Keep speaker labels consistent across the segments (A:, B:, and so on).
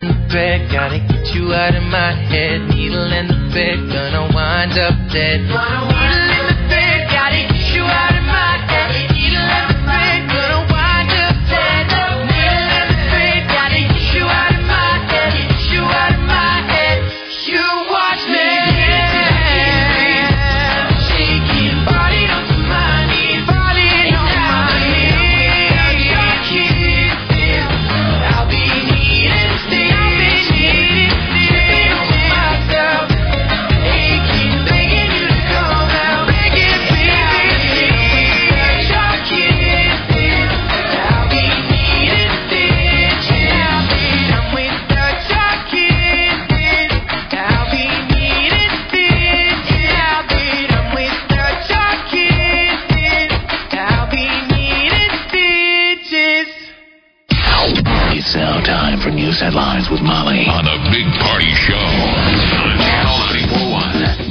A: Bed, gotta get you out of my head. Needle in the bed, gonna wind up dead. Needle in the bed, gotta get you out of my head. Needle in the bed, gonna wind up dead. Needle in the bed, gotta get you out of my head. Get you out of my head. You watch me. I'm shaking, falling onto my knees, falling on my knees. Your kisses, I'll be needing things, I'll be needing things on myself. Aching, begging you to come out, begging, begging. Your kisses, I'll be needing things. I'm without your kisses, I'll be needing things. I'm without your kisses, I'll be needing stitches.
B: It's now time for news headlines with Molly on the Big Party Show on Channel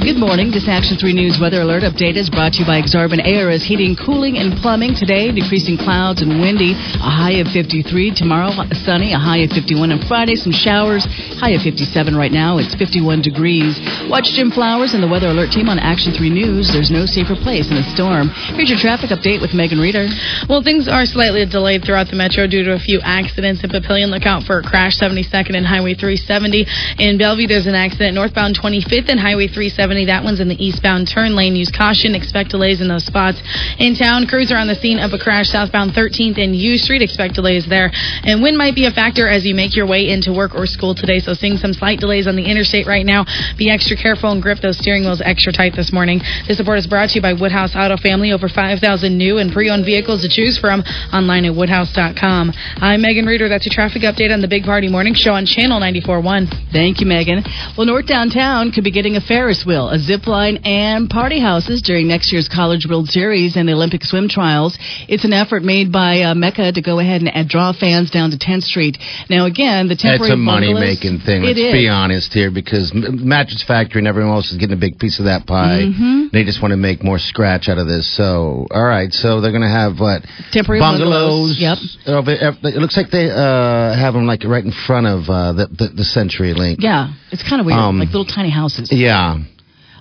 B: 941.
C: Good morning. This Action 3 News weather alert update is brought to you by Exarban Air as heating, cooling, and plumbing today. Decreasing clouds and windy. A high of 53. Tomorrow, sunny. A high of 51. And Friday, some showers. High of 57 right now. It's 51 degrees. Watch Jim Flowers and the weather alert team on Action 3 News. There's no safer place in a storm. Here's your traffic update with Megan Reeder.
D: Well, things are slightly delayed throughout the metro due to a few accidents in Papillion. Look out for a crash 72nd and Highway 370. In Bellevue, there's an accident northbound 25th and Highway 370. That one's in the eastbound turn lane. Use caution. Expect delays in those spots. In town, crews are on the scene of a crash southbound 13th and U Street. Expect delays there. And wind might be a factor as you make your way into work or school today. So seeing some slight delays on the interstate right now. Be extra careful and grip those steering wheels extra tight this morning. This report is brought to you by Woodhouse Auto Family. Over 5,000 new and pre-owned vehicles to choose from online at woodhouse.com. I'm Megan Reeder. That's your traffic update on the Big Party Morning Show on Channel 94.1.
C: Thank you, Megan. Well, North Downtown could be getting a Ferris wheel, a zip line, and party houses during next year's College World Series and the Olympic swim trials. It's an effort made by uh, Mecca to go ahead and uh, draw fans down to 10th Street. Now, again, the temporary
E: It's a
C: bungalows-
E: money making thing.
C: It
E: Let's
C: is.
E: be honest here, because M- Mattress Factory and everyone else is getting a big piece of that pie.
C: Mm-hmm.
E: They just want to make more scratch out of this. So, all right, so they're going to have what
C: Temporary bungalows, yep.
E: Of it- of- It looks like they uh, have them like right in front of uh, the, the the Century Link.
C: Yeah, it's kind of weird,
E: Um,
C: like little tiny houses.
E: Yeah.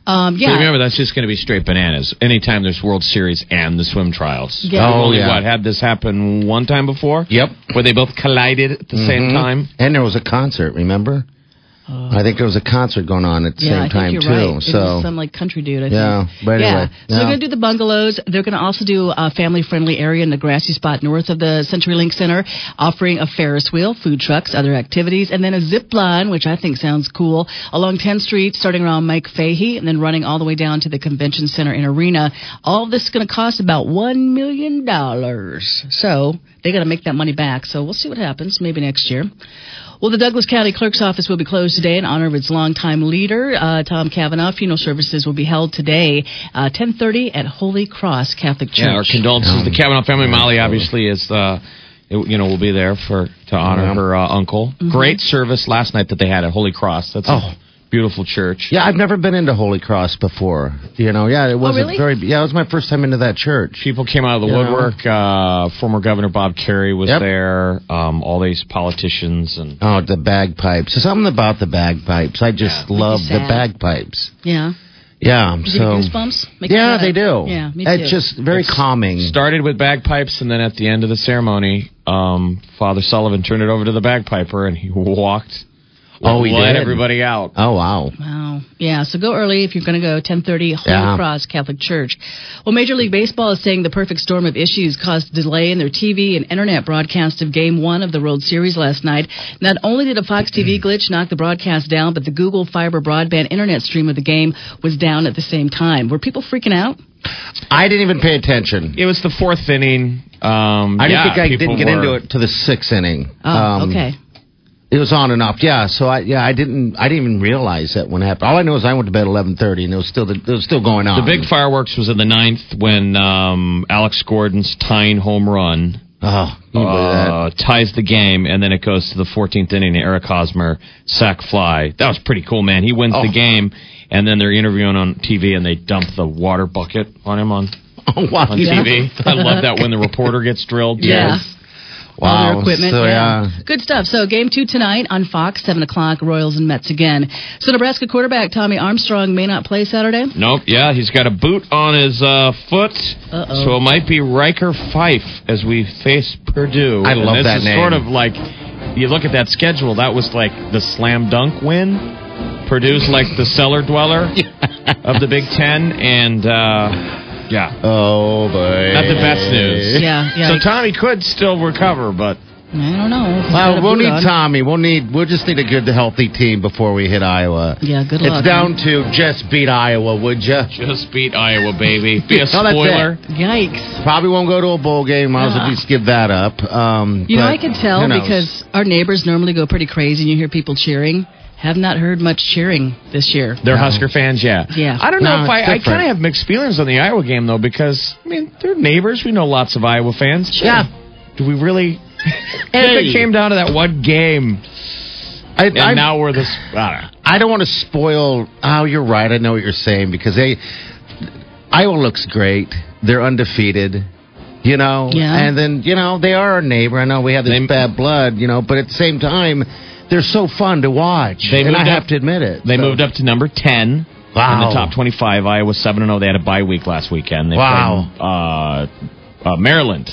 C: Um, yeah,
F: But remember, that's just going to be straight bananas. Anytime there's World Series and the swim trials.
C: Yeah.
F: We've
E: Oh,
F: only,
E: yeah.
F: what, had this happen one time before?
E: Yep.
F: Where they both collided at the same time?
E: And there was a concert. Remember? I think there was a concert going on at
C: Uh,
E: the
C: yeah, I
E: same
C: think
E: time
C: you're
E: too.
C: right. It
E: So
C: was some like country dude. I
E: Yeah,
C: think.
E: but anyway,
C: yeah. So they're
E: yeah.
C: gonna do the bungalows. They're gonna also do a family-friendly area in the grassy spot north of the CenturyLink Center, offering a Ferris wheel, food trucks, other activities, and then a zip line, which I think sounds cool, along 10th Street, starting around Mike Fahey, and then running all the way down to the Convention Center and Arena. All this is gonna cost about one million dollars. So they gotta make that money back. So we'll see what happens. Maybe next year. Well, the Douglas County Clerk's Office will be closed today in honor of its longtime leader, uh, Tom Cavanaugh. Funeral services will be held today, uh, 10:30 at Holy Cross Catholic Church.
F: Yeah, our condolences. to the Kavanaugh family. Molly, obviously, is uh, it- you know, will be there for to honor
E: Yeah.
F: her uh, uncle. Great service last night that they had at Holy Cross. That's a beautiful church.
E: Yeah, I've never been into Holy Cross before. You know, yeah, it was
C: Oh, really?
E: a very yeah, it was my first time into that church.
F: People came out of the
E: Yeah.
F: woodwork. Uh, former Governor Bob Kerry was
E: Yep.
F: there. Um, all these politicians and
E: Oh, the bagpipes. There's something about the bagpipes. I just love the
C: sad.
E: bagpipes.
C: yeah.
E: Yeah,
C: Did
E: so
C: you get goosebumps? Make you
E: yeah,
C: sad.
E: they do.
C: Yeah, me too.
E: It's just very calming.
F: Started with bagpipes, and then at the end of the ceremony, um, Father Sullivan turned it over to the bagpiper, and he walked.
E: Oh, he
F: let
E: did?
F: everybody out.
E: oh wow.
C: Wow. Yeah, so go early if you're going to go 10:30 Holy
E: Yeah.
C: Cross Catholic Church. Well, Major League Baseball is saying the perfect storm of issues caused a delay in their TV and internet broadcast of game 1 of the World Series last night. Not only did a Fox TV
E: Mm-hmm.
C: glitch knock the broadcast down, but the Google Fiber broadband internet stream of the game was down at the same time. Were people freaking out?
E: I didn't even pay attention.
F: It was the fourth inning. Um, yeah,
E: I didn't think I
F: people
E: didn't get
F: were-
E: into it to the sixth inning. Um,
C: Oh, okay.
E: It It was on and off. Yeah. So I yeah I didn't I didn't even realize that when it happened. All I know is I went to bed at eleven thirty and it was still it was still going on.
F: The big fireworks was in the ninth when um, Alex Gordon's tying home run
E: oh can you believe that?
F: uh, ties the game, and then it goes to the 14th inning. Eric Hosmer sack fly. That was pretty cool, man. He wins
E: Oh.
F: the game, and then they're interviewing on TV, and they dump the water bucket on him on
E: Oh, wow.
F: on TV. I love that when the reporter gets drilled.
C: Yeah.
E: Wow.
C: all their equipment.
E: So,
C: yeah.
E: yeah.
C: Good stuff. So game two tonight on Fox, 7 o'clock, Royals and Mets again. So Nebraska quarterback Tommy Armstrong may not play Saturday.
F: Nope. Yeah, he's got a boot on his uh, foot,
C: Uh-oh.
F: so it might be Riker Fife as we face Purdue.
E: I
F: And
E: love
F: this
E: that
F: is
E: name.
F: Sort of like you look at that schedule. That was like the slam dunk win. Purdue's like the cellar dweller of the Big Ten, and uh, yeah,
E: Oh boy.
F: not the best news.
C: Yeah, yeah.
F: So Tommy could still recover, but
C: I don't know. He's got
E: Well,
C: a
E: we'll
C: boot
E: need
C: on.
E: Tommy. We'll need. We'll just need a good, healthy team before we hit Iowa.
C: Yeah, good luck,
E: It's down to just beat Iowa, would you?
F: just beat Iowa, baby. Be a
E: Oh, that's it.
F: spoiler.
C: Yikes.
E: Probably won't go to a bowl game. Might as well just give that up. Um,
C: You know,
E: but
C: I can
E: who
C: tell
E: knows?
C: because our neighbors normally go pretty crazy and you hear people cheering. Have not heard much cheering this year.
F: They're Husker fans, yeah.
C: Yeah.
F: I don't know
E: No,
F: if I,
E: it's
F: I
E: different.
F: kind of have mixed feelings on the Iowa game though, because I mean they're neighbors. We know lots of Iowa fans.
E: Yeah.
F: Do we really? And if
E: Hey.
F: it came down to that one game,
E: I,
F: and
E: I,
F: now we're this. I don't know.
E: I don't want to spoil. Oh, you're right. I know what you're saying because they Iowa looks great. They're undefeated. You know,
C: Yeah.
E: and then you know they are our neighbor. I know we have this
F: They-
E: bad blood. You know, but at the same time, they're so fun to watch.
F: They
E: and I
F: moved up-
E: have to admit it.
F: They
E: So-
F: moved up to number ten in
E: Wow.
F: the top twenty-five. Iowa seven and zero. They had a bye week last weekend. They
E: Wow.
F: played, uh, uh, Maryland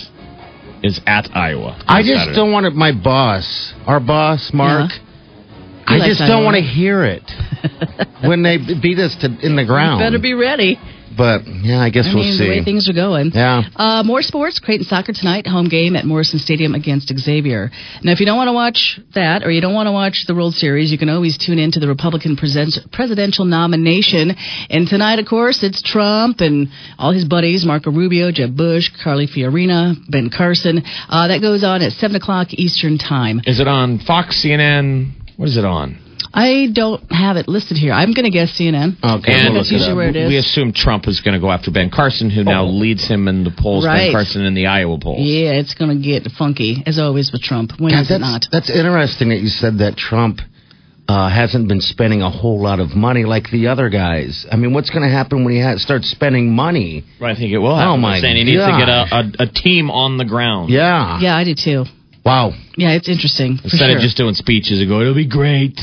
F: is at Iowa. on
E: I just
F: Saturday.
E: don't want it. My boss, our boss, Mark.
C: Yeah. He
E: I
C: likes
E: just
C: that
E: don't
C: a
E: want to
C: lot.
E: hear it when they beat us to in the ground.
C: Better be ready.
E: but yeah, I guess
C: I
E: we'll
C: mean,
E: see.
C: the way things are going.
E: Yeah.
C: Uh, more sports. Creighton soccer tonight, home game at Morrison Stadium against Xavier. Now, if you don't want to watch that, or you don't want to watch the World Series, you can always tune in to the Republican present- presidential nomination. And tonight, of course, it's Trump and all his buddies: Marco Rubio, Jeb Bush, Carly Fiorina, Ben Carson. Uh, that goes on at seven o'clock Eastern Time.
F: Is it on Fox, CNN? What is it on?
C: I don't have it listed here. I'm going to guess CNN.
F: And
E: okay, we'll
C: That's
E: look it
C: usually
E: up.
C: where it is. Oh.
F: We assume Trump is going to go after Ben Carson, who now leads him in the polls.
C: Right.
F: Ben Carson in the Iowa polls.
C: Yeah, it's going to get funky as always with Trump. When
E: God,
C: is it
E: that's,
C: not?
E: that's interesting that you said that Trump uh, hasn't been spending a whole lot of money like the other guys. I mean, what's going to happen when he ha- starts spending money?
F: I think it will happen.
E: Oh, my
F: Saying he needs to get
E: gosh.
F: a, a, a team on the ground.
E: Yeah.
C: Yeah, I do too.
E: Wow.
C: Yeah, it's interesting. for
F: Instead
C: sure.
F: of just doing speeches and going, it'll be great.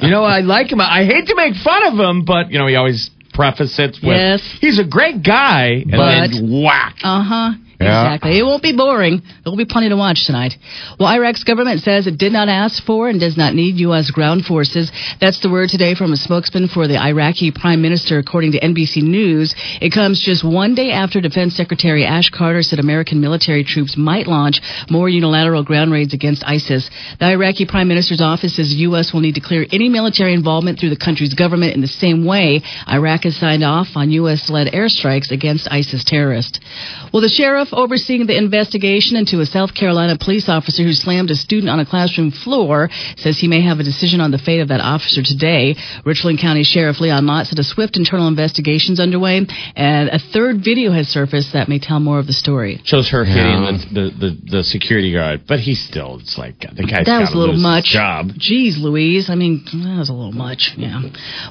F: you know, I like him. I hate to make fun of him, but, you know, he always prefaces it with,
C: Yes.
F: he's a great guy. And
C: But-
F: then whack.
C: Uh huh.
E: Yeah.
C: Exactly. It won't be boring. There will be plenty to watch tonight. Well, Iraq's government says it did not ask for and does not need U.S. ground forces. That's the word today from a spokesman for the Iraqi prime minister, according to NBC News. It comes just one day after Defense Secretary Ash Carter said American military troops might launch more unilateral ground raids against ISIS. The Iraqi prime minister's office says U.S. will need to clear any military involvement through the country's government in the same way Iraq has signed off on U.S. led airstrikes against ISIS terrorists. Well, the sheriff overseeing the investigation into a South Carolina police officer who slammed a student on a classroom floor says he may have a decision on the fate of that officer today. Richland County Sheriff Leon Lott said a swift internal investigation is underway, and a third video has surfaced that may tell more of the story.
F: Shows her hitting the, the, the, the security guard. But he still, it's like, God, the guy's
C: That was
F: gotta
C: a little
F: lose his
C: much.
F: job.
C: Jeez, Louise. I mean, that was a little much. Yeah.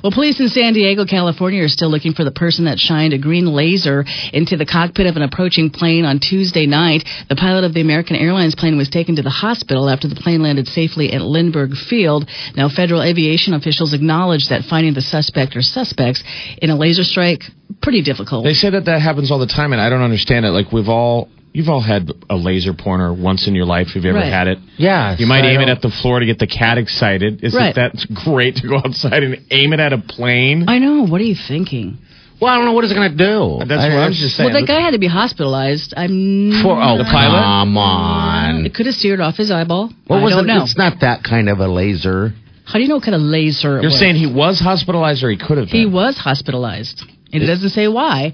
C: Well, police in San Diego, California are still looking for the person that shined a green laser into the cockpit of an approaching plane on Tuesday night. The pilot of the American Airlines plane was taken to the hospital after the plane landed safely at Lindbergh Field. Now, federal aviation officials acknowledge that finding the suspect or suspects in a laser strike pretty difficult.
F: They say that that happens all the time, and I don't understand it. Like we've all, you've all had a laser pointer once in your life. Have you ever
C: Right.
F: had it?
E: Yes,
F: You might
E: I
F: aim it
E: don't-
F: at the floor to get the cat excited. Isn't
C: Right.
F: that great to go outside and aim it at a plane?
C: I know. What are you thinking?
E: Well, I don't know what it's going to do.
F: e-, That's
E: I,
F: what I'm just saying.
C: Well, that guy had to be hospitalized. I'm
E: For, oh,
F: The pilot?
E: Come on.
C: It could have seared off his eyeball.
E: What
C: I
E: was
C: don't
E: it?
C: know.
E: It's not that kind of a laser.
C: How do you know what kind of laser it
F: You're
C: was?
F: saying he was hospitalized or he could have been?
C: he was hospitalized, and it doesn't say why.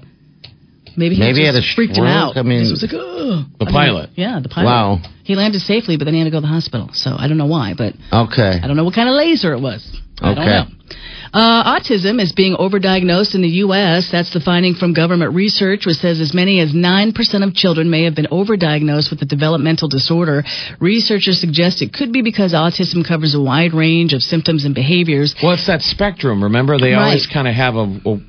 D: Maybe he
E: Maybe he
D: just
E: had a
D: freaked him out.
E: stroke? I mean-
D: He was like, Ugh.
F: The
D: I mean,
F: pilot.
D: yeah, the pilot.
E: Wow.
D: He landed safely, but then he had to go to the hospital. So I don't know why, but
E: Okay.
D: I don't know what kind of laser it was. I don't
E: Okay.
D: know. Uh, autism is being overdiagnosed in the U.S. That's the finding from government research, which says as many as 9% of children may have been overdiagnosed with a developmental disorder. Researchers suggest it could be because autism covers a wide range of symptoms and behaviors.
F: Well, it's that spectrum. Remember, they
D: Right.
F: always kind of have a, a-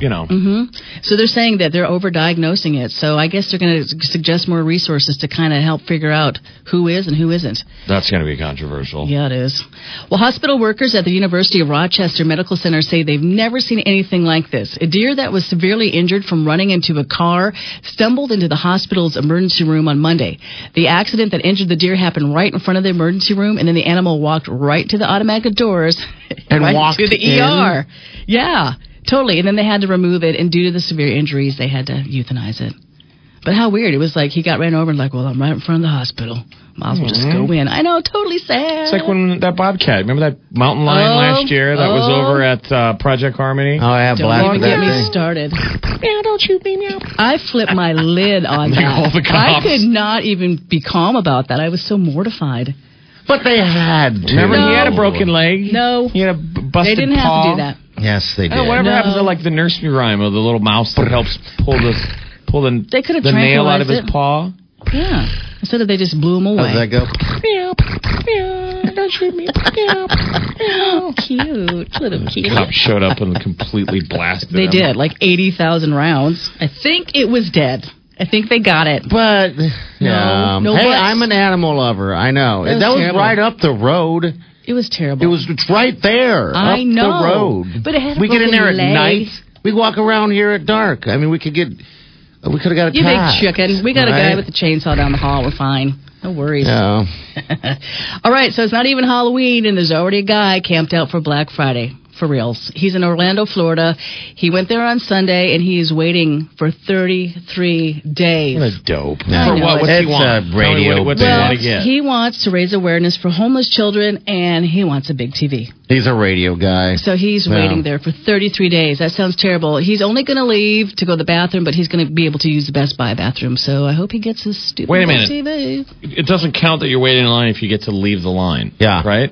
F: you know,
D: Mm-hmm. So they're saying that they're overdiagnosing it. So I guess they're going to suggest more resources to kind of help figure out who is and who isn't.
F: that's going to be controversial.
D: Yeah, it is. Well, hospital workers at the University of Rochester Medical Center say they've never seen anything like this. A deer that was severely injured from running into a car stumbled into the hospital's emergency room on Monday. The accident that injured the deer happened right in front of the emergency room, and then the animal walked right to the automatic doors
E: And
D: right
E: walked
D: to the
E: in?
D: ER. Yeah, totally. And then they had to remove it, and due to the severe injuries, they had to euthanize it. But how weird! It was like he got ran over and like, well, I'm right in front of the hospital. Might as well just go in. I know, totally sad.
F: Mm-hmm. It's like when that bobcat. Remember that mountain lion
D: Oh,
F: last year that was
D: oh.
F: over at uh, Project Harmony?
E: Oh, I have
D: Don't
E: black
D: even
E: for
D: get
E: that
D: me
E: thing.
D: started. I flipped my lid on
F: They
D: that.
F: called the
D: I
F: cops.
D: could not even be calm about that. I was so mortified.
E: But they had to.
F: Remember, he had a
D: No.
F: broken leg.
D: No.
F: he had a b-
D: They
F: busted
D: didn't have to
F: paw.
D: do that.
E: Yes, they did.
F: Oh, whatever
D: No.
F: happened to like the nursery rhyme of the little mouse that helps pull the pull the,
D: They could have
F: the nail out of his
D: tranquilized it.
F: paw?
D: Yeah. Instead of they just blew him
E: How
D: away.
E: did that go?
D: oh, cute. Little cute.
F: Cop showed up and completely blasted.
D: They
F: him.
D: did, like 80,000 rounds. I think it was dead. I think they got it.
E: But yeah.
D: no
E: Um, hey,
D: buts.
E: I'm an animal lover. I know that
D: That
E: was,
D: was terrible.
E: right up the road.
D: It was terrible.
E: It was it's right there.
D: I
E: up
D: know,
E: the road.
D: but it had a
E: we get
D: broken
E: in there at
D: leg.
E: night. We walk around here at dark. I mean, we could get. We could have got a
D: You big
E: cat.
D: chicken. We got a guy
E: Right?
D: with a chainsaw down the hall. We're fine. No worries.
E: Yeah.
D: All right, so it's not even Halloween, and there's already a guy camped out for Black Friday. For reals. He's in Orlando, Florida. He went there on Sunday, and he is waiting for 33 days.
F: What a dope.
E: I
F: For
D: know,
F: what? What's
E: it's
F: he want?
E: a
F: Tell me
E: radio
F: What, what's
E: bit.
F: he
D: well,
F: want to get?
D: he wants to raise awareness for homeless children, and he wants a big TV.
E: He's a radio guy.
D: So he's
E: Yeah.
D: waiting there for 33 days. That sounds terrible. He's only going to leave to go to the bathroom, but he's going to be able to use the Best Buy bathroom. So I hope he gets his stupid
F: Wait a
D: little
F: minute.
D: TV.
F: it doesn't count that you're waiting in line if you get to leave the line.
E: Yeah.
F: Right?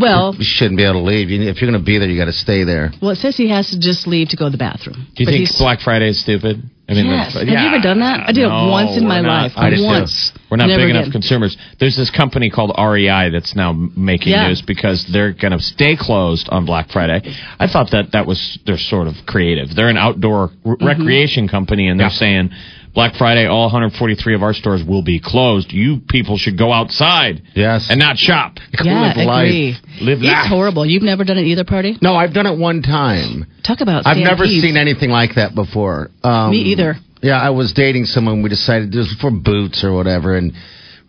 D: Well,
E: you shouldn't be able to leave. You- If you're going to be there, you got to stay there.
D: well, it says he has to just leave to go to the bathroom.
F: Do you
D: but
F: think
D: he's-
F: Black Friday is stupid? I mean,
D: Yes. Have
F: that's-
D: you ever done that? I did it
F: No,
D: once in
F: we're
D: my
F: not-
D: life.
F: I just
D: Once.
F: We're not
D: Never
F: big enough
D: again.
F: consumers. There's this company called REI that's now m- making
D: Yeah.
F: news because they're going to stay closed on Black Friday. I thought that that was they're sort of creative. They're an outdoor r-
D: Mm-hmm.
F: recreation company, and they're saying Black Friday, all 143 of our stores will be closed. You people should go outside,
E: Yes.
F: and not shop.
D: yeah,
E: live life.
D: agree.
F: Live
D: it's
F: life.
D: horrible. You've never done it either, party?
E: No, I've done it one time.
D: Talk about
E: I've never
D: stampedes.
E: seen anything like that before. Um,
D: Me either.
E: Yeah, I was dating someone. We decided this was for boots or whatever, and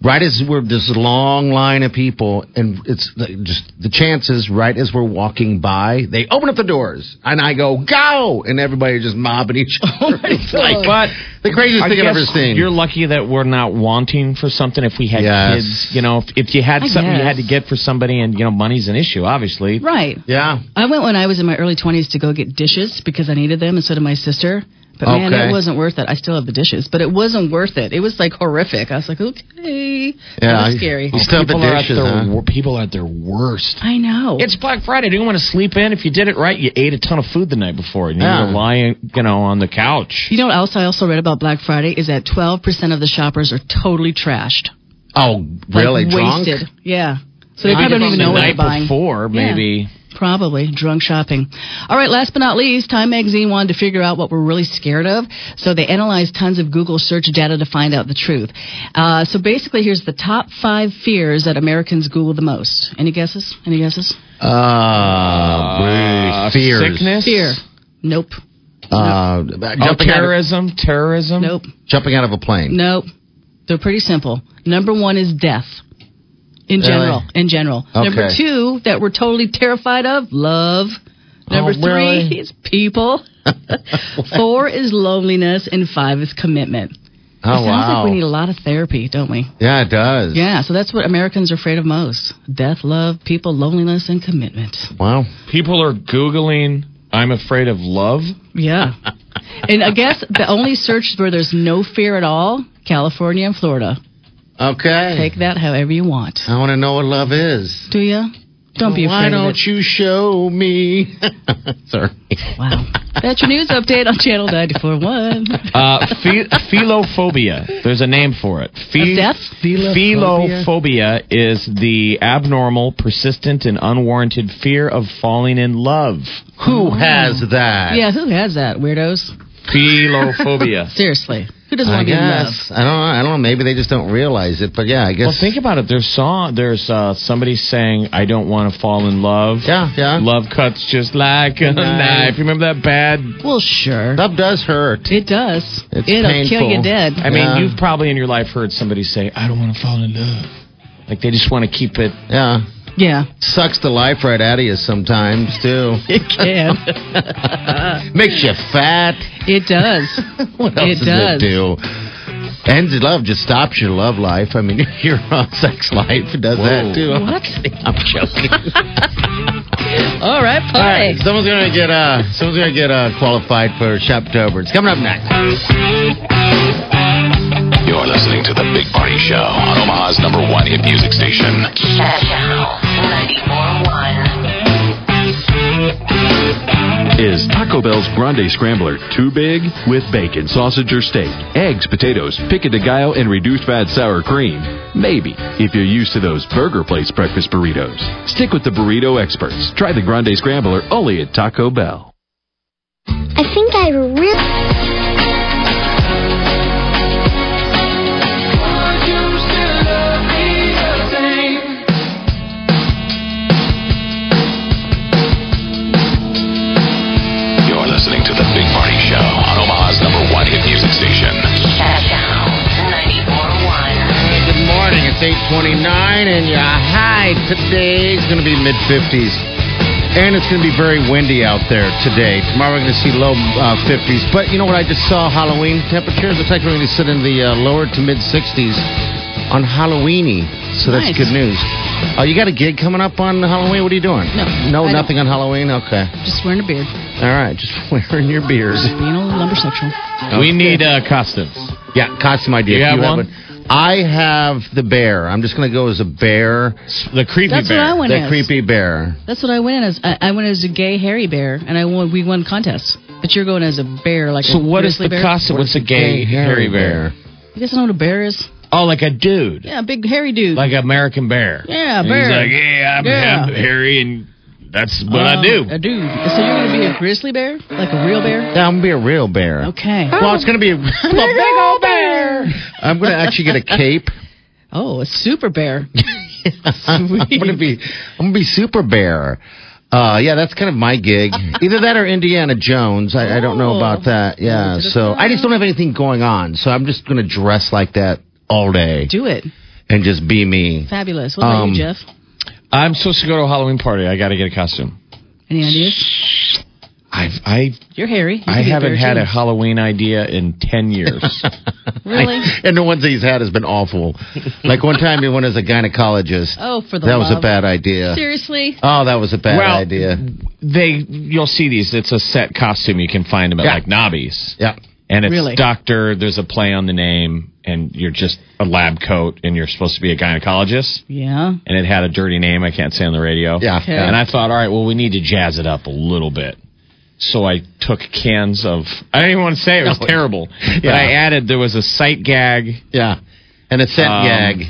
E: right as we're this long line of people, and it's like, just the chances. Right as we're walking by, they open up the doors, and I go go, and everybody just mobbing each other.
D: Oh
E: It's like
F: But
E: the craziest
F: I
E: thing I've ever
F: guess
E: seen.
F: You're lucky that we're not wanting for something if we had
E: Yes.
F: kids. You know, if, if you had
D: I
F: something you
D: guess.
F: had to get for somebody and, you know, money's an issue, obviously.
D: Right.
E: yeah.
D: I went when I was in my early 20s to go get dishes because I needed them, and so did my sister. But man,
E: Okay.
D: it wasn't worth it. I still have the dishes, but it wasn't worth it. It was like horrific. I was like, okay,
E: Yeah,
D: that was scary.
E: you still have the
F: People are, at
E: dishes,
F: their,
E: huh?
F: wor- people are at their worst.
D: I know.
F: It's Black Friday. Do you want to sleep in? If you did it right, you ate a ton of food the night before and you
E: Yeah.
F: were lying, you know, on the couch.
D: you know what else I also read about Black Friday is that 12% of the shoppers are totally trashed,
E: Oh,
D: Like,
E: really? drunk?
D: wasted. Yeah. So they probably
F: Even
D: don't even
F: the
D: know what
F: night
D: they're buying.
F: before,
D: Yeah.
F: maybe.
D: Probably drunk shopping. All right, last but not least, Time Magazine wanted to figure out what we're really scared of, so they analyzed tons of Google search data to find out the truth. Uh, so basically, here's the top five fears that Americans Google the most. Any guesses? Any guesses?
E: Ah,
F: Uh,
E: uh, fears.
F: Sickness?
D: Fear. Nope.
E: Uh,
F: Oh,
E: jumping, out of,
F: terrorism? Terrorism?
D: Nope.
E: jumping out of a plane.
D: Nope. They're pretty simple. Number one is death. In
E: Really?
D: general, in general. Number
E: Okay.
D: two that we're totally terrified of, love. Number
E: Oh, really?
D: three is people. Four is loneliness, and five is commitment.
E: Oh,
D: it sounds
E: wow.
D: like we need a lot of therapy, don't we?
E: yeah, it does.
D: Yeah, so that's what Americans are afraid of most death, love, people, loneliness, and commitment.
E: Wow.
F: People are Googling, I'm afraid of love?
D: Yeah.
C: And I guess the only search where there's no fear at all, California and Florida.
E: Okay.
C: Take that however you want.
E: I want to know what love is.
C: Do you? Don't be
E: Why
C: afraid
E: don't
C: of it.
E: you show me? Sorry.
C: Wow. That's your news update on Channel 94.1.
F: Uh, phi- philophobia. There's a name for it. Phi-
C: Of death?
E: Philophobia?
F: Philophobia is the abnormal, persistent, and unwarranted fear of falling in love.
E: Who has that?
C: Yeah, who has that, weirdos?
F: Philophobia.
C: Seriously. Who doesn't
E: I
C: want to be in love?
E: guess. I don't. Know, I don't know. Maybe they just don't realize it. But yeah, I guess.
F: Well, think about it. There's song. There's uh, somebody saying, "I don't want to fall in love."
E: Yeah, yeah.
F: Love cuts just like a knife. You remember that bad?
C: Well, sure.
E: love does hurt.
C: It does.
E: It's
C: It'll kill you
E: painful.
C: dead.
F: I mean,
E: Yeah.
F: you've probably in your life heard somebody say, "I don't want to fall in love." Like they just want to keep it.
E: Yeah,
C: Yeah.
E: sucks the life right out of you sometimes too.
C: It can.
E: Makes you fat.
C: it does.
E: What else
C: It does.
E: does, it do? Ends love just stops your love life. I mean, your uh, sex life does that too.
C: What?
E: I'm joking.
C: All right,
E: All right,
C: party.
E: someone's gonna get uh, someone's gonna get uh, qualified for Shoptober. It's coming up next.
B: You're listening to The Big Party Show on Omaha's number one hit music station.
G: Is Taco Bell's Grande Scrambler too big? With bacon, sausage, or steak, eggs, potatoes, pico de gallo, and reduced fat sour cream? Maybe, if you're used to those burger place breakfast burritos. Stick with the burrito experts. Try the Grande Scrambler only at Taco Bell.
H: I think I really.
B: You're listening to The Big Party Show on Omaha's number one hit music station.
E: Hey, Good morning. It's 829, and your high today is going to be mid 50s. And it's going to be very windy out there today. Tomorrow we're going to see low uh, 50s. But you know what? I just saw Halloween temperatures. Looks like we're going to sit in the uh, lower to mid 60s on Halloweeny. So that's
C: Nice.
E: good news. Uh, you got a gig coming up on Halloween? What are you doing?
C: No,
E: No,
C: I don't.
E: nothing on Halloween? Okay.
C: Just wearing a beard.
E: All right. Just wearing your beers.
C: Being a lumbersexual.
F: We need uh, costumes.
E: Yeah, costume idea.
F: You
E: If
F: have one?
E: I have the bear. I'm just going to go as a bear.
F: The creepy
C: That's what
F: bear.
C: I want. One
E: the
C: is.
E: creepy bear.
C: That's what I went in as. I, I went as a gay hairy bear, and I won. We won contests. But you're going as a bear, like
F: So
C: a
F: what is
C: grizzly
F: the
C: bear.
F: costume? What's a gay, hairy bear?
C: You guys know what a bear is?
F: Oh, like a dude,
C: Yeah, a big hairy dude.
F: like American bear.
C: yeah, a
F: And
C: bear.
F: He's like, yeah, I'm,
C: Yeah.
F: I'm hairy, and that's what
C: Um,
F: I
C: A dude.
F: do.
C: So you're gonna be a grizzly bear, like a real bear?
E: Yeah, I'm gonna be a real bear.
C: Okay.
E: Well, it's gonna be a, I'm a big old bear. I'm gonna actually get a cape.
C: Oh, a super bear.
E: I'm gonna be I'm gonna be super bear. Uh, yeah, that's kind of my gig. Either that or Indiana Jones. I, I don't know
C: Oh.
E: about that. Yeah, so I just don't have anything going on. So I'm just gonna dress like that all day
C: Do it.
E: and just be me.
C: Fabulous. What about
E: Um,
C: you, Jeff?
F: I'm supposed to go to a Halloween party. I got to get a costume.
C: Any ideas?
F: I've, I
C: You're hairy. You
F: I
C: could be a
F: haven't
C: bear,
F: had
C: too.
F: a Halloween idea in ten years.
C: Really?
E: and the ones that he's had has been awful. Like one time he went as a gynecologist.
C: Oh, for the
E: that was a
C: love.
E: bad idea.
C: Seriously?
E: Oh, that was a bad
F: Well,
E: idea.
F: they you'll see these. It's a set costume you can find them at
E: Yeah.
F: like Nobby's.
E: Yeah.
F: And it's
C: Really?
F: doctor. There's a play on the name, and you're just a lab coat, and you're supposed to be a gynecologist.
C: Yeah.
F: and it had a dirty name I can't say on the radio.
E: Yeah, Okay. yeah.
F: And I thought, all right, well, we need to jazz it up a little bit. So I took cans of, I don't even want to say it, it was terrible. But
E: Yeah.
F: I added, there was a sight gag,
E: Yeah. And a scent
F: Um,
E: gag.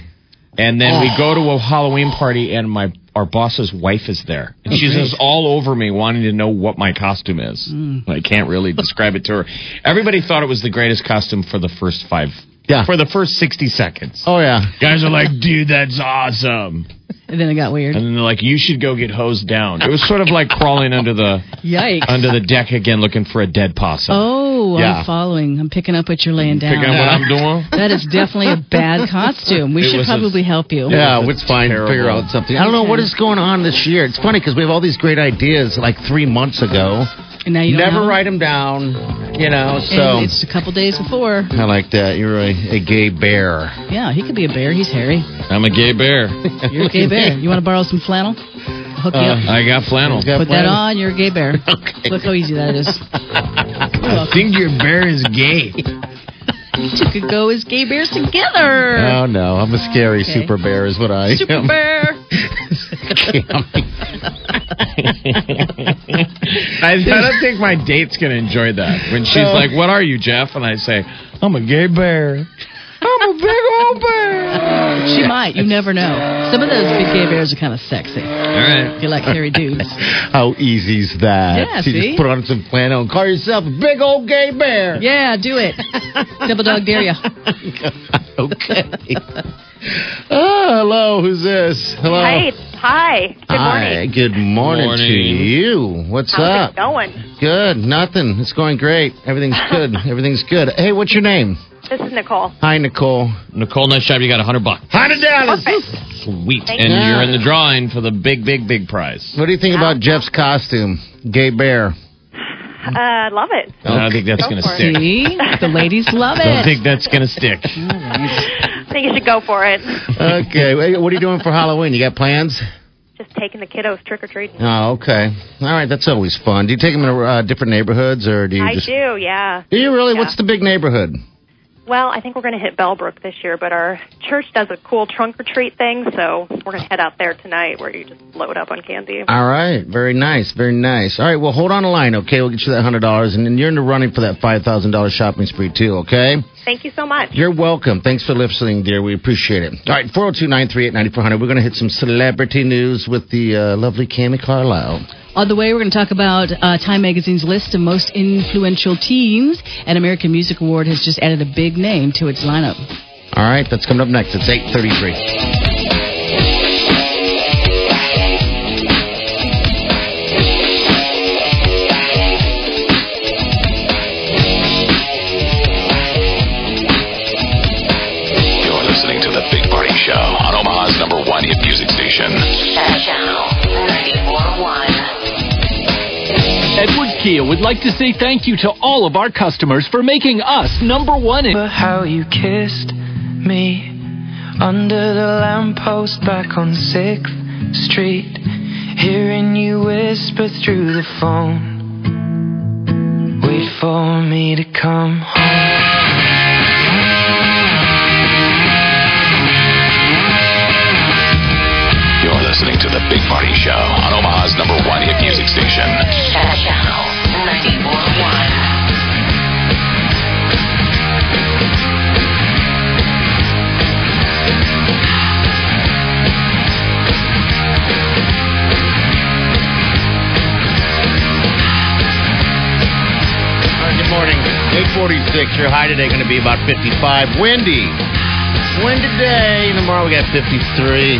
F: and then we go to
E: Oh.
F: a Halloween party, and my our boss's wife is there. And she's just all over me wanting to know what my costume is.
E: Mm.
F: And I can't really describe it to her. Everybody thought it was the greatest costume for the first five,
E: Yeah.
F: for the first 60 seconds.
E: Oh yeah.
F: Guys are like, dude, that's awesome.
C: And then it got weird.
F: and then they're like, "You should go get hosed down." It was sort of like crawling under the
C: Yikes.
F: under the deck again, looking for a dead possum.
C: Oh,
F: Yeah.
C: I'm following. I'm picking up what you're laying down.
F: Picking up what I'm doing.
C: That is definitely a bad costume. We
F: It
C: should
F: was a-
C: probably help you.
E: Yeah,
F: It's
E: Uh, it's fine.
F: terrible.
E: Figure out something. I don't know what is going on this year. It's funny because we have all these great ideas like three months ago.
C: And now you don't
E: Never
C: have
E: write them down, you know.
C: them. And
E: So
C: it's a couple days before.
E: I like that. You're a, a gay bear.
C: Yeah, he could be a bear. He's hairy.
F: I'm a gay bear.
C: You're a gay bear. You want to borrow some flannel?
E: Uh,
C: I'll hook you up.
F: I got flannel.
C: Put that on. You're a gay bear. Look how easy that is.
E: I think your bear is gay.
D: You could go as gay bears together.
E: Oh no, I'm a scary super bear, is what I
D: Super
E: am.
D: bear.
F: I, I don't think my date's gonna enjoy that when she's like, "What are you, Jeff?" and I say, "I'm a gay bear." I'm a big old bear.
C: She might. You never know. Some of those big gay bears are kind of sexy.
F: All right.
C: You like hairy dudes.
E: How easy's that?
C: Yeah,
E: you
C: see?
E: just put on some flannel and call yourself a big old gay bear.
C: Yeah, do it. Double dog dare ya.
E: okay. oh, hello, who's this? Hello.
I: Hi. Hi. Good
E: Hi,
I: morning.
E: good morning,
F: Morning.
E: to you. What's
I: How's
E: up?
I: it going?
E: Good, nothing. It's going great. Everything's good. Everything's good. Hey, what's your name?
I: This is Nicole.
E: Hi, Nicole.
F: Nicole, nice job. You got a hundred bucks.
E: Hundred dollars.
F: Sweet.
I: Thank
F: and
E: you.
F: you're in the drawing for the big, big, big prize.
E: What do you think about Jeff's costume? Gay bear.
I: Uh, love it.
F: I don't think that's gonna
I: for it.
F: stick.
C: See? The ladies love
F: I don't
C: it.
F: think that's gonna stick.
I: I think you should go for it.
E: Okay. Hey, what are you doing for Halloween? You got plans?
I: Just taking the kiddos trick or treating.
E: Oh, okay. All right. That's always fun. Do you take them to uh, different neighborhoods, or do you
I: I
E: just?
I: do, yeah.
E: Do you really?
I: Yeah.
E: What's the big neighborhood?
I: Well, I think we're going to hit Bellbrook this year, but our church does a cool trunk or treat thing, so we're going to head out there tonight where you just load up on candy.
E: All right. Very nice. Very nice. All right. Well, hold on a line, okay? We'll get you that hundred dollars, and then you're in the running for that five thousand dollars shopping spree too, okay?
I: Thank you so much.
E: You're welcome. Thanks for listening, dear. We appreciate it. All right, 402-938-9400. We're going to hit some celebrity news with the uh, lovely Cami Carlisle.
C: On the way, we're going to talk about uh, Time Magazine's list of most influential teens, and American Music Award has just added a big name to its lineup.
E: All right, that's coming up next. It's 833.
B: You're listening to The Big Party Show on Omaha's number one hit music station.
J: Edwards Kia would like to say thank you to all of our customers for making us number one in.
A: How you kissed me under the lamppost back on 6th Street, hearing you whisper through the phone. Wait for me to come home.
B: You're listening to The Big Party Show on Omaha's number one hit music station.
E: All right, good morning. 846. Your high today going to be about 55. Windy. Wind today. Tomorrow we got 53.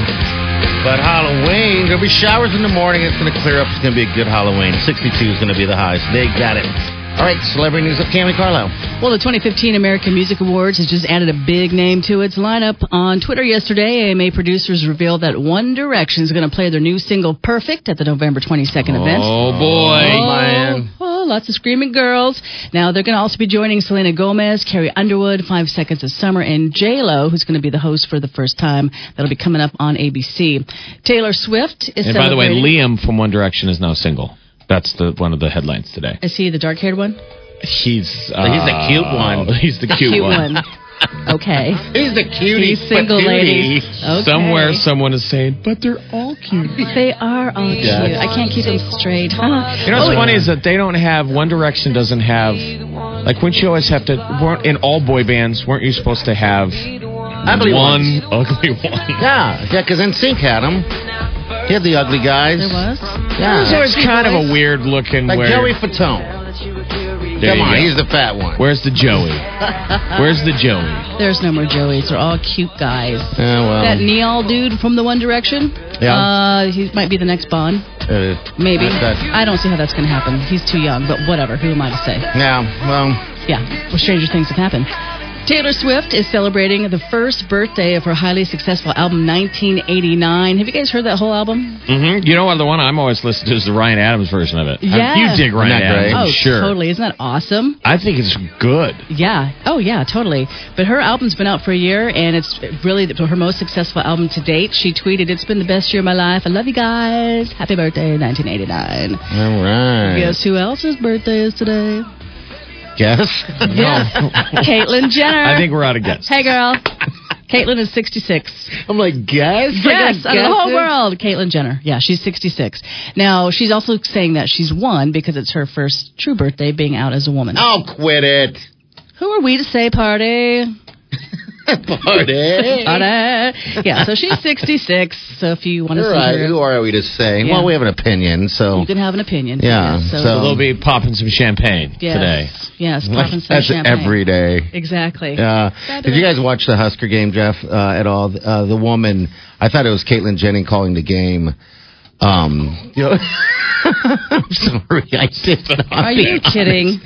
E: But Halloween, there'll be showers in the morning. It's going to clear up. It's going to be a good Halloween. 62 is going to be the highest. They got it. All right, celebrity news with Cami Carlisle.
C: Well, the 2015 American Music Awards has just added a big name to its lineup. On Twitter yesterday, AMA producers revealed that One Direction is going to play their new single "Perfect" at the November 22nd event.
F: Oh boy.
C: Oh,
E: man.
C: oh, lots of screaming girls. Now they're going to also be joining Selena Gomez, Carrie Underwood, Five Seconds of Summer, and J Lo, who's going to be the host for the first time. That'll be coming up on ABC. Taylor Swift is
F: And by the way,
C: celebrating-
F: Liam from One Direction is now single. That's the one of the headlines today.
C: Is he the dark-haired one?
F: He's uh,
E: Oh. He's the cute one.
F: He's the cute, one.
C: okay.
E: He's the cutie.
C: He's single,
E: patootie.
C: ladies. Okay.
F: Somewhere, someone is saying, but they're all cute.
C: They are all cute. I can't keep them straight. huh?
F: You know what's funny is that they don't have One Direction doesn't have like wouldn't you always have to weren't in all boy bands weren't you supposed to have
E: Ugly
F: one
E: ones.
F: ugly one?
E: Yeah, yeah, because NSYNC had him. He had the ugly guys.
C: There was.
E: Yeah.
F: It's always kind of a weird looking
E: like
F: where
E: Joey Fatone.
F: there you
E: Come
F: go.
E: on, he's the fat one.
F: Where's the Joey? Where's the Joey?
C: There's no more Joeys. They're all cute guys.
E: Yeah, well,
C: That Neal dude from the One Direction.
E: Yeah.
C: Uh, he might be the next Bond.
E: uh,
C: Maybe.
E: That-
C: I don't see how that's going to happen. He's too young, but whatever. Who am I to say?
E: yeah, well,
C: Yeah. Well, stranger things have happened. Taylor Swift is celebrating the first birthday of her highly successful album 1989. Have you guys heard that whole album?
F: Mm-hmm. You know what? The one I'm always listening to is the Ryan Adams version of it. I mean,
C: Yeah.
F: you dig Ryan
E: Isn't that
F: Adams?
E: great?
C: oh,
F: sure.
C: totally. Isn't that awesome?
F: I think it's good.
C: Yeah. Oh, yeah, totally. But her album's been out for a year, and it's really the, her most successful album to date. She tweeted, It's been the best year of my life. I love you guys. Happy birthday, 1989.
E: all right.
C: Guess who else's birthday is today?
E: guess.
F: No.
D: Caitlyn Jenner.
F: I think we're out of guess.
D: Hey, girl. Caitlyn is 66.
E: I'm like, guess?
D: Yes,
C: I uh, got
D: on the whole
C: guesses.
D: world.
C: Caitlyn Jenner. Yeah, she's 66. Now, she's also saying that she's one because it's her first true birthday being out as a woman.
E: I'll quit it.
C: Who are we to say party?
E: Party.
C: Party. Yeah, so she's 66. So if you want to
E: You're
C: see
E: right.
C: her,
E: Who are we to say?
C: Yeah.
E: Well, we have an opinion, so.
C: you can have an opinion.
E: Yeah,
C: so,
F: So they'll be popping some champagne
C: yes,
F: today.
C: Yes,
E: Like,
C: popping some
E: that's
C: champagne.
E: every day.
C: Exactly.
E: Yeah. Did you guys watch the Husker game, Jeff, uh, at all? Uh, the woman, I thought it was Caitlin Jennings calling the game. Um, you know, I'm sorry, I did. But I'll
C: Are
E: be
C: you
E: honest.
C: kidding?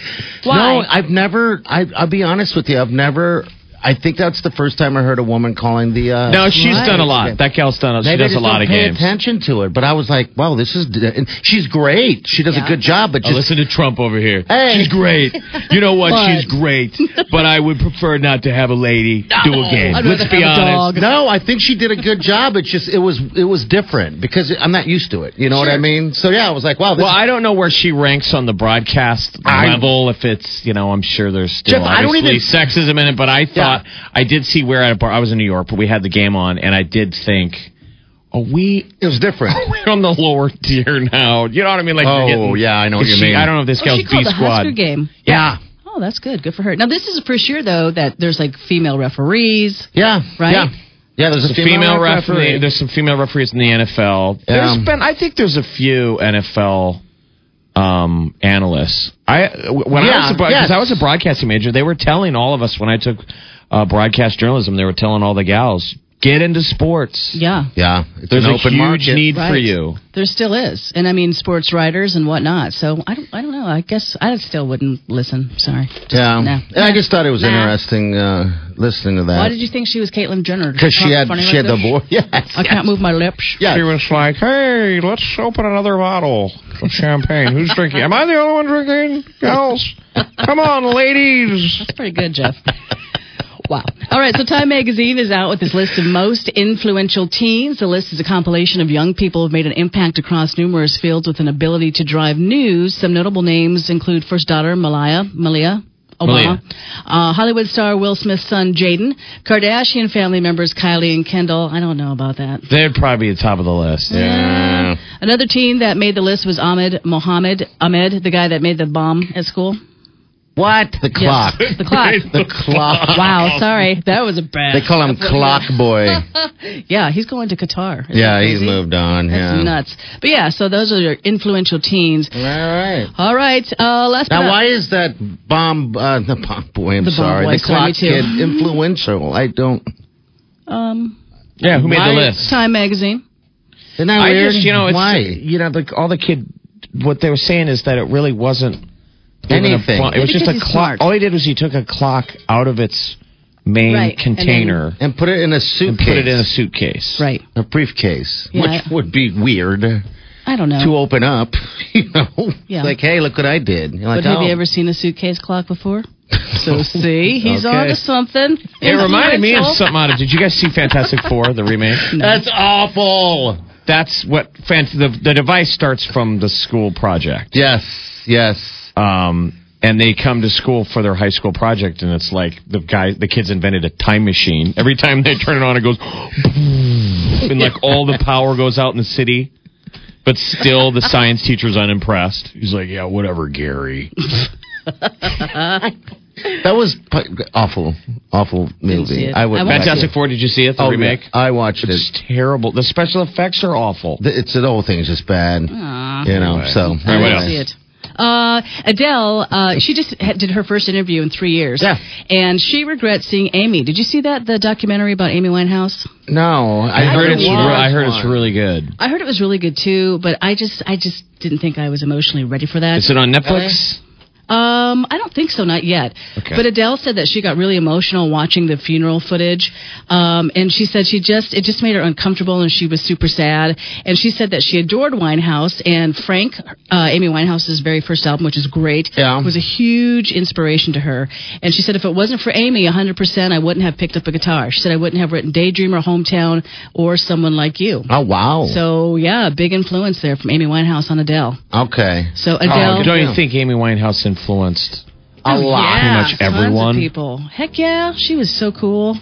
C: Why?
E: No, I've never. I, I'll be honest with you. I've never. I think that's the first time I heard a woman calling the. Uh,
F: No, she's
E: Right.
F: done a lot. That gal's done. a- She
E: Maybe I
F: does a
E: just
F: lot
E: don't
F: of
E: pay
F: games.
E: attention to it, but I was like, "Wow, this is." And she's great. She does
C: Yeah.
E: a good job, but
F: Oh,
E: just
F: listen to Trump over here.
E: Hey.
F: She's great. You know what?
C: But-
F: She's great. But I would prefer not to have a lady do a game.
C: I'd
F: Let's
C: rather
F: be
C: have a
F: honest.
E: No, I think she did a good job. It's just it was it was different because I'm not used to it. You know what I mean? So yeah, I was like, wow. This
F: Well, I don't know where she ranks on the broadcast
E: I-
F: level. If it's, you know, I'm sure there's still
E: Jeff, I don't
F: obviously
E: even-
F: sexism in it. But I thought I did see where at a bar. I was in New York, but we had the game on, and I did think, are we
E: it was different.
F: we're on the lower tier now? You know what I mean? Like,
E: Oh,
F: we're getting-
E: yeah, I know what you
F: she-
E: mean.
F: I don't know if this
C: Oh,
F: gal's
C: she called
F: B
C: the
F: squad.
C: Husker game.
E: yeah,
C: Oh, that's good. Good for her. Now, this is the first year, though, that there's like female referees.
E: yeah,
C: Right?
E: Yeah, yeah. There's a
F: The female, referee.
E: referee.
F: There's some female referees in the NFL.
E: Yeah.
F: There's been, I think, there's a few NFL um, analysts. I when I
E: Yeah,
F: was a, broad- 'cause
E: yes.
F: I was a broadcasting major, they were telling all of us when I took uh, broadcast journalism, they were telling all the gals get into sports.
C: Yeah.
E: yeah, it's
F: There's
E: an
F: a
E: open
F: huge
E: market.
F: need for
C: Right.
F: you.
C: There still is, and I mean sports writers and whatnot. So I don't, I don't know. I guess I still wouldn't listen. Sorry. Just-
E: Yeah,
C: nah.
E: I just thought it was
C: Nah.
E: interesting uh, listening to
C: Why
E: that
C: did you think she was Caitlyn Jenner? Oh,
E: because she
C: Funny
E: had
C: like
E: she had the
C: this?
E: voice. Yes,
C: I can't move my lips.
E: yes.
F: was like, "Hey, let's open another bottle of champagne. Who's drinking? Am I the only one drinking, gals? Come on, ladies."
C: That's pretty good, Jeff. Wow. All right, so Time Magazine is out with this list of most influential teens. The list is a compilation of young people who have made an impact across numerous fields with an ability to drive news. Some notable names include first daughter Malaya, Malia. Obama,
F: Malia.
C: uh, Hollywood star Will Smith's son Jaden, Kardashian family members Kylie and Kendall. I don't know about that.
F: They'd probably be the top of the list.
E: Yeah.
C: Another teen that made the list was Ahmed Mohammed Ahmed, the guy that made the bomb at school.
E: What the clock?
C: The clock.
E: The clock.
C: wow, sorry, that was a bad.
E: They call him Clock Boy.
C: Yeah, he's going to Qatar. Isn't
E: Yeah,
C: that
E: he's
C: crazy?
E: moved on.
C: That's
E: yeah.
C: nuts. But yeah, so those are your influential teens.
E: All right.
C: All right, uh, last but
E: Now,
C: not-
E: why is that bomb, uh, the bomb boy, I'm
C: The bomb
E: sorry,
C: boy, sorry,
E: the clock
C: me too.
E: kid influential? I don't.
C: Um,
F: Yeah, who made
E: Why-
F: the list?
C: Time magazine.
E: Isn't that
F: I
E: weird?
F: just, you know, it's,
E: Why?
F: You know, the, all the kid, what they were saying is that it really wasn't given a
E: Anything.
F: blunt- it was
C: Yeah,
F: just a
C: because he's
F: clock.
C: smart.
F: All he did was he took a clock out of its main
C: Right, and
F: container
E: and put it in a
F: and,
E: suitcase.
F: put it in a suitcase.
C: Right.
E: a briefcase,
C: Yeah,
E: which
C: I-
E: would be weird to
C: I don't know.
E: open up. You know,
C: Yeah.
E: like, hey, look what I did. You're
C: but
E: like,
C: have you
E: oh.
C: ever seen a suitcase clock before? So see, he's
E: Okay.
C: on to something.
F: It reminded me of
C: Influential.
F: something out of. Did you guys see Fantastic Four, the remake?
E: That's awful.
F: That's what fant- the the device starts from the school project.
E: Yes, yes.
F: Um, and they come to school for their high school project, and it's like the guy, the kids invented a time machine. Every time they turn it on, it goes, and like all the power goes out in the city. But still, the science teacher's unimpressed. He's like, "Yeah, whatever, Gary."
E: That was pu- awful, awful
C: see
E: movie.
C: it.
E: I would
C: I watched
F: Fantastic Four. Did you see it? The
E: Oh,
F: remake.
E: yeah, I watched
F: It's
E: it.
F: terrible. The special effects are awful.
E: Th- It's the whole thing's just bad. You know,
F: Anyway.
E: so.
F: All right, what
C: I
F: else?
C: see it. Uh, Adele, uh, she just ha- did her first interview in three years.
E: Yeah.
C: And she regrets seeing Amy. Did you see that, the documentary about Amy Winehouse?
E: No, I,
F: I heard
E: haven't
F: it's. Re-
E: watched
F: I heard it's
E: one.
F: really good.
C: I heard it was really good too, but I just, I just didn't think I was emotionally ready for that.
F: Is it on Netflix?
C: Um, I don't think so, not yet.
F: Okay.
C: But Adele said that she got really emotional watching the funeral footage, um, and she said she just it just made her uncomfortable, and she was super sad. And she said that she adored Winehouse and Frank, uh, Amy Winehouse's very first album, which is great,
E: Yeah.
C: was a huge inspiration to her. And she said if it wasn't for Amy, 100%, I wouldn't have picked up a guitar. She said I wouldn't have written Daydream or Hometown or Someone Like You.
E: Oh, wow.
C: So yeah, big influence there from Amy Winehouse on Adele.
E: okay.
C: So Adele. Oh,
F: Don't you think Amy Winehouse influenced
E: A lot.
F: Pretty much
C: Tons of
F: everyone.
C: people. Heck yeah, she was so cool.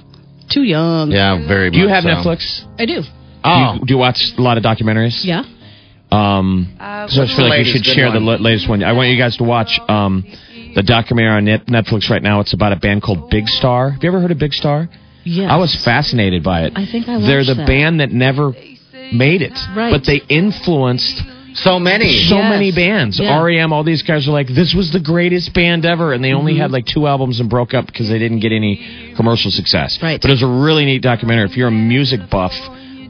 C: Too young.
E: Yeah, very
F: Do you
E: much
F: have
E: so.
F: Netflix?
C: I do.
F: Oh. Do you, do you watch a lot of documentaries?
C: Yeah.
F: Um, so I
E: what's
F: just feel
E: the
F: like we
E: Uh, latest
F: should
E: good
F: share the
E: one?
F: la- latest one. I want you guys to watch um, the documentary on Net- Netflix right now. It's about a band called Big Star. Have you ever heard of Big Star?
C: Yes.
F: I was fascinated by it.
C: I think I
F: They're
C: watched
F: the
C: that.
F: band that never made it,
C: Right.
F: but they influenced
E: So many.
F: so
C: Yes.
F: many bands.
C: Yeah.
F: REM, all these guys are like, this was the greatest band ever, and they only
C: Mm-hmm.
F: had like two albums and broke up because they didn't get any commercial success.
C: Right.
F: But it was a really neat documentary. If you're a music buff,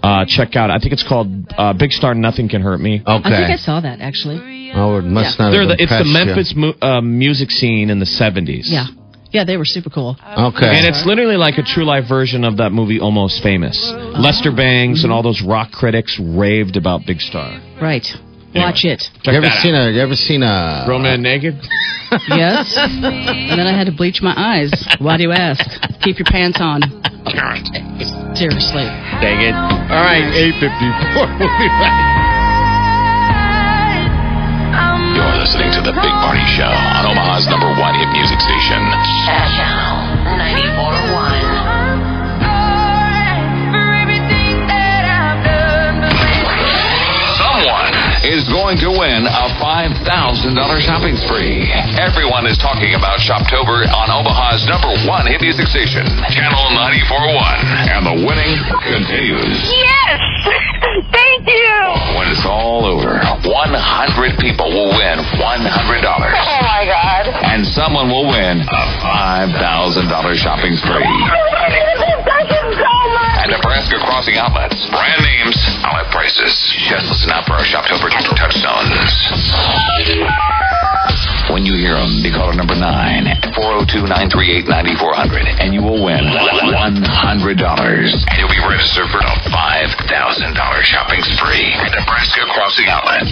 F: uh, check out. I think it's called uh, Big Star. Nothing can hurt me.
C: I
E: Okay.
C: think I uh, saw that actually.
E: oh, it must not
F: They're
E: have
F: the, it's the
E: impressed you.
F: Memphis mu- uh, music scene in the 70s.
C: Yeah. Yeah, they were super cool.
E: Okay.
F: And it's literally like a true life version of that movie Almost Famous. Lester Bangs and all those rock critics raved about Big Star.
C: Right. Watch it.
F: Check
E: you ever
F: that out.
E: seen a? You ever seen a?
F: Grown man naked?
C: Yes. and then I had to bleach my eyes. Why do you ask? Keep your pants on. Seriously.
F: Dang it. All right, 854. We'll be right
B: You're listening to The Big Party Show on Omaha's number one hit music station. Someone is going to win a $5,000 shopping spree. Everyone is talking about Shoptober on Omaha's number one hit music station, Channel 941. And the winning continues.
A: Yes! Thank you!
B: When it's all over, 100 people will win $100.
A: Oh my god.
B: and someone will win a $5,000 shopping spree
A: Thank you so much!
B: at Nebraska Crossing Outlets. Brand names, outlet prices. Just listen out for our Shoptober touchstones. When you hear them, be caller number oh 9 at 402-938-9400 and you will win $100. And you'll be registered for a $5,000 shopping spree at Nebraska Crossing Outlets.